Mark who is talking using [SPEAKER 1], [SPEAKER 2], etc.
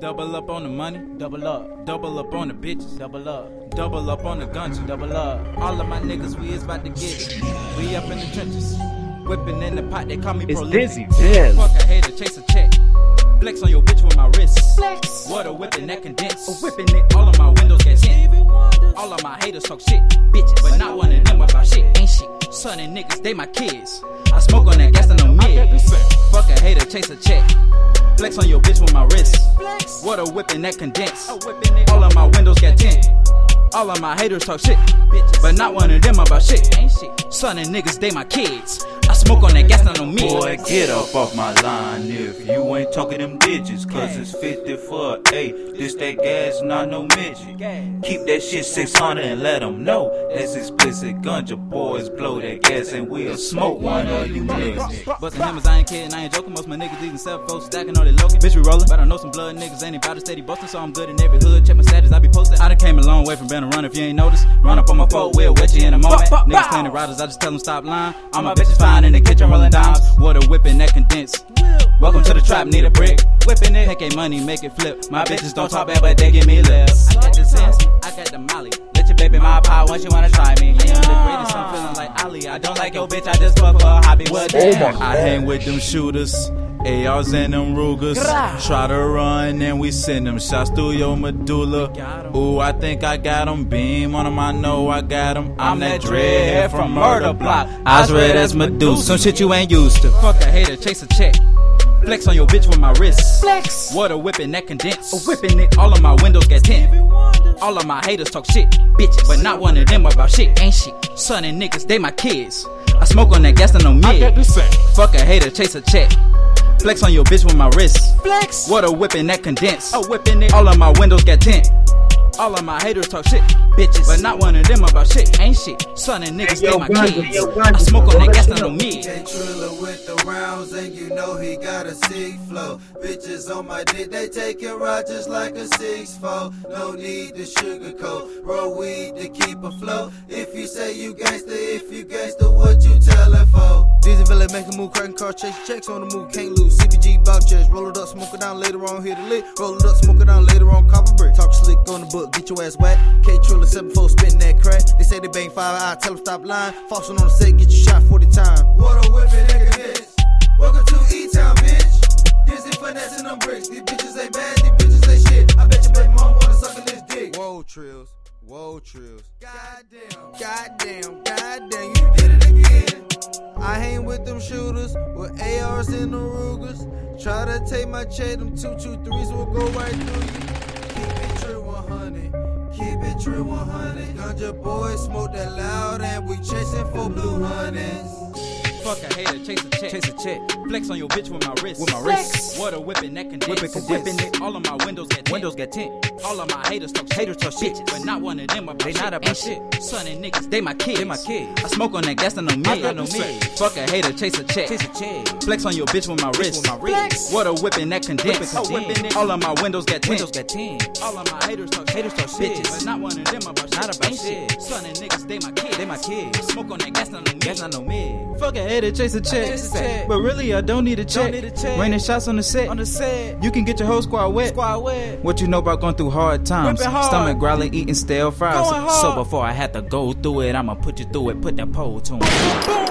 [SPEAKER 1] Double up on the money,
[SPEAKER 2] Double up,
[SPEAKER 1] double up on the bitches,
[SPEAKER 2] double up,
[SPEAKER 1] double up on the guns,
[SPEAKER 2] double up.
[SPEAKER 1] All of my niggas, we is about to get it. We up in the trenches, whipping in the pot. They call me
[SPEAKER 3] It's
[SPEAKER 1] prolific.
[SPEAKER 3] Dizzy Diz.
[SPEAKER 1] Fuck a hater, chase a check. Flex on your bitch with my wrist. Flex. What a whipping that condensed. whipping it. All of my windows get sent. All of my haters talk shit, bitches, but not one of them about shit. Ain't shit. Son and niggas, they my kids. I smoke on that gas and I'm mid. Fuck a hater, chase a check. Flex on your bitch with my wrist. What a whipping that condensed. All of my windows got tint. All of my haters talk shit, bitches, but not one of them about shit. Ain't shit. Son and niggas, they my kids. I smoke on that gas and I'm mid.
[SPEAKER 4] Boy, get up off my line if you ain't talking them digits. Cause it's 50 for a This that gas, not no midget. Keep that shit 600 and let them know. That's explicit ganja. Boys, blow that gas and we'll smoke one of you niggas.
[SPEAKER 1] Bustin' hammers, I ain't kidding, I ain't joking. Most my niggas eating self go stacking all they local. Bitch, we rollin'. But I know some blood niggas ain't about to steady bustin', so I'm good in every hood. Check my status, I be posted. I done came a long way from being a runner if you ain't noticed. Run up on my four wheel, wet you in a moment. Niggas claiming riders, I just tell them stop lying. All my bitches fine in the kitchen rollin' dimes. Water whippin' that condensed. Welcome to the trap, need a brick. Whippin' it, take a money, make it flip. My bitches don't talk bad, but they give me lips. I got the sense, I got the molly. Let your baby my pie once you wanna try me. I am the greatest, I'm feeling like Ali. I don't like your bitch, I just fuck for a hobby. What
[SPEAKER 4] Oh
[SPEAKER 1] the hell?
[SPEAKER 4] I hang with them shooters. ARs and them Rugers. Try to run and we send them shots through your medulla. Ooh, I think I got 'em. Beam on 'em, I know I got 'em. I'm that dreadhead from Murder Block. Eyes red as Medusa.
[SPEAKER 1] Some shit you ain't used to. Fuck a hater, chase a check. Flex on your bitch with my wrist. Flex. Water whipping that condensed. whipping it. All of my windows got tint. All of my haters talk shit, bitches, but not one of them about shit. Ain't shit. Son and niggas, they my kids. I smoke on that gas and I'm mid. Fuck a hater, chase a check. Flex on your bitch with my wrist. Flex. Water whipping that condensed. whipping it. All of my windows got tint. All of my haters talk shit, bitches, but not one of them about shit. Ain't shit. Son and niggas, they my kids. I smoke on that gas and I'm mid.
[SPEAKER 5] They triller with the rounds, and you know he got a sick flow. Bitches on my dick, they taking Rogers like a six foe. No need to sugarcoat, roll weed to keep afloat. If you say you gangster, if you gangster, what you tellin' for?
[SPEAKER 6] Dizzy Valley make a move, cracking car chase checks on the move, can't lose. CBG bout chest, roll it up, smoke it down later on, hit the lick. Roll it up, smoke it down later on, copper brick. Talk slick on the book, get your ass whack. K Triller 7 4 spitting that crack. They say they bang 5 I tell them stop lying. Falsing on the set, get you shot 40 times.
[SPEAKER 5] What a whipping nigga hits. Welcome to E Town, bitch. Dizzy finessing them bricks. These bitches ain't bad, these bitches ain't shit. I bet your baby mom wanna suck in this dick.
[SPEAKER 6] Whoa, Trills. Whoa, Trills.
[SPEAKER 5] Goddamn.
[SPEAKER 6] Goddamn, goddamn, you did it.
[SPEAKER 5] Again.
[SPEAKER 6] I hang with them shooters with ARs and the Rugers. Try to take my check, them 223s will go right through you. Keep it true 100, keep it true 100. Ganja boys smoke that loud and we chasing for blue hunnids.
[SPEAKER 1] Fuck a hater, chase a check.
[SPEAKER 2] Chase a check,
[SPEAKER 1] Flex on your bitch with my wrist.
[SPEAKER 2] With my wrist.
[SPEAKER 1] Water whipping that condensed.
[SPEAKER 2] Whip it, condensed.
[SPEAKER 1] Whipping it. All of my windows got
[SPEAKER 2] windows got tint.
[SPEAKER 1] All of my haters talk haters talk shit,
[SPEAKER 2] Bitches.
[SPEAKER 1] but not one of them about
[SPEAKER 2] They
[SPEAKER 1] shit.
[SPEAKER 2] not about
[SPEAKER 1] Ain't
[SPEAKER 2] shit.
[SPEAKER 1] Son and niggas, they my kids.
[SPEAKER 2] They my kids.
[SPEAKER 1] I smoke on that gas and no mid.
[SPEAKER 2] got no mid.
[SPEAKER 1] Fuck a hater, chase a check.
[SPEAKER 2] Chase a check,
[SPEAKER 1] Flex on your bitch with my wrist.
[SPEAKER 2] with my wrist.
[SPEAKER 1] Water whipping that condensed.
[SPEAKER 2] Whip it, condensed.
[SPEAKER 1] All of my windows got tint.
[SPEAKER 2] windows got tin.
[SPEAKER 1] All of my haters talk
[SPEAKER 2] Haters talk shit.
[SPEAKER 1] bitches, but not one of them about
[SPEAKER 2] Not
[SPEAKER 1] shit.
[SPEAKER 2] about
[SPEAKER 1] Ain't
[SPEAKER 2] shit.
[SPEAKER 1] Son and niggas, they my kids.
[SPEAKER 2] They my kids.
[SPEAKER 1] I smoke on that gas and no mid.
[SPEAKER 2] That's not no mid.
[SPEAKER 1] Fuck a hater, chase a check.
[SPEAKER 2] Chase a check.
[SPEAKER 1] But really, I don't need a check.
[SPEAKER 2] need a check.
[SPEAKER 1] Raining shots on the set.
[SPEAKER 2] On the set,
[SPEAKER 1] You can get your whole squad wet.
[SPEAKER 2] squad wet.
[SPEAKER 1] What you know about going through hard times?
[SPEAKER 2] Ripping hard.
[SPEAKER 1] Stomach growling, eating stale fries.
[SPEAKER 2] Going hard.
[SPEAKER 1] So before I have to go through it, I'ma put you through it. Put that pole to 'em.
[SPEAKER 2] Boom,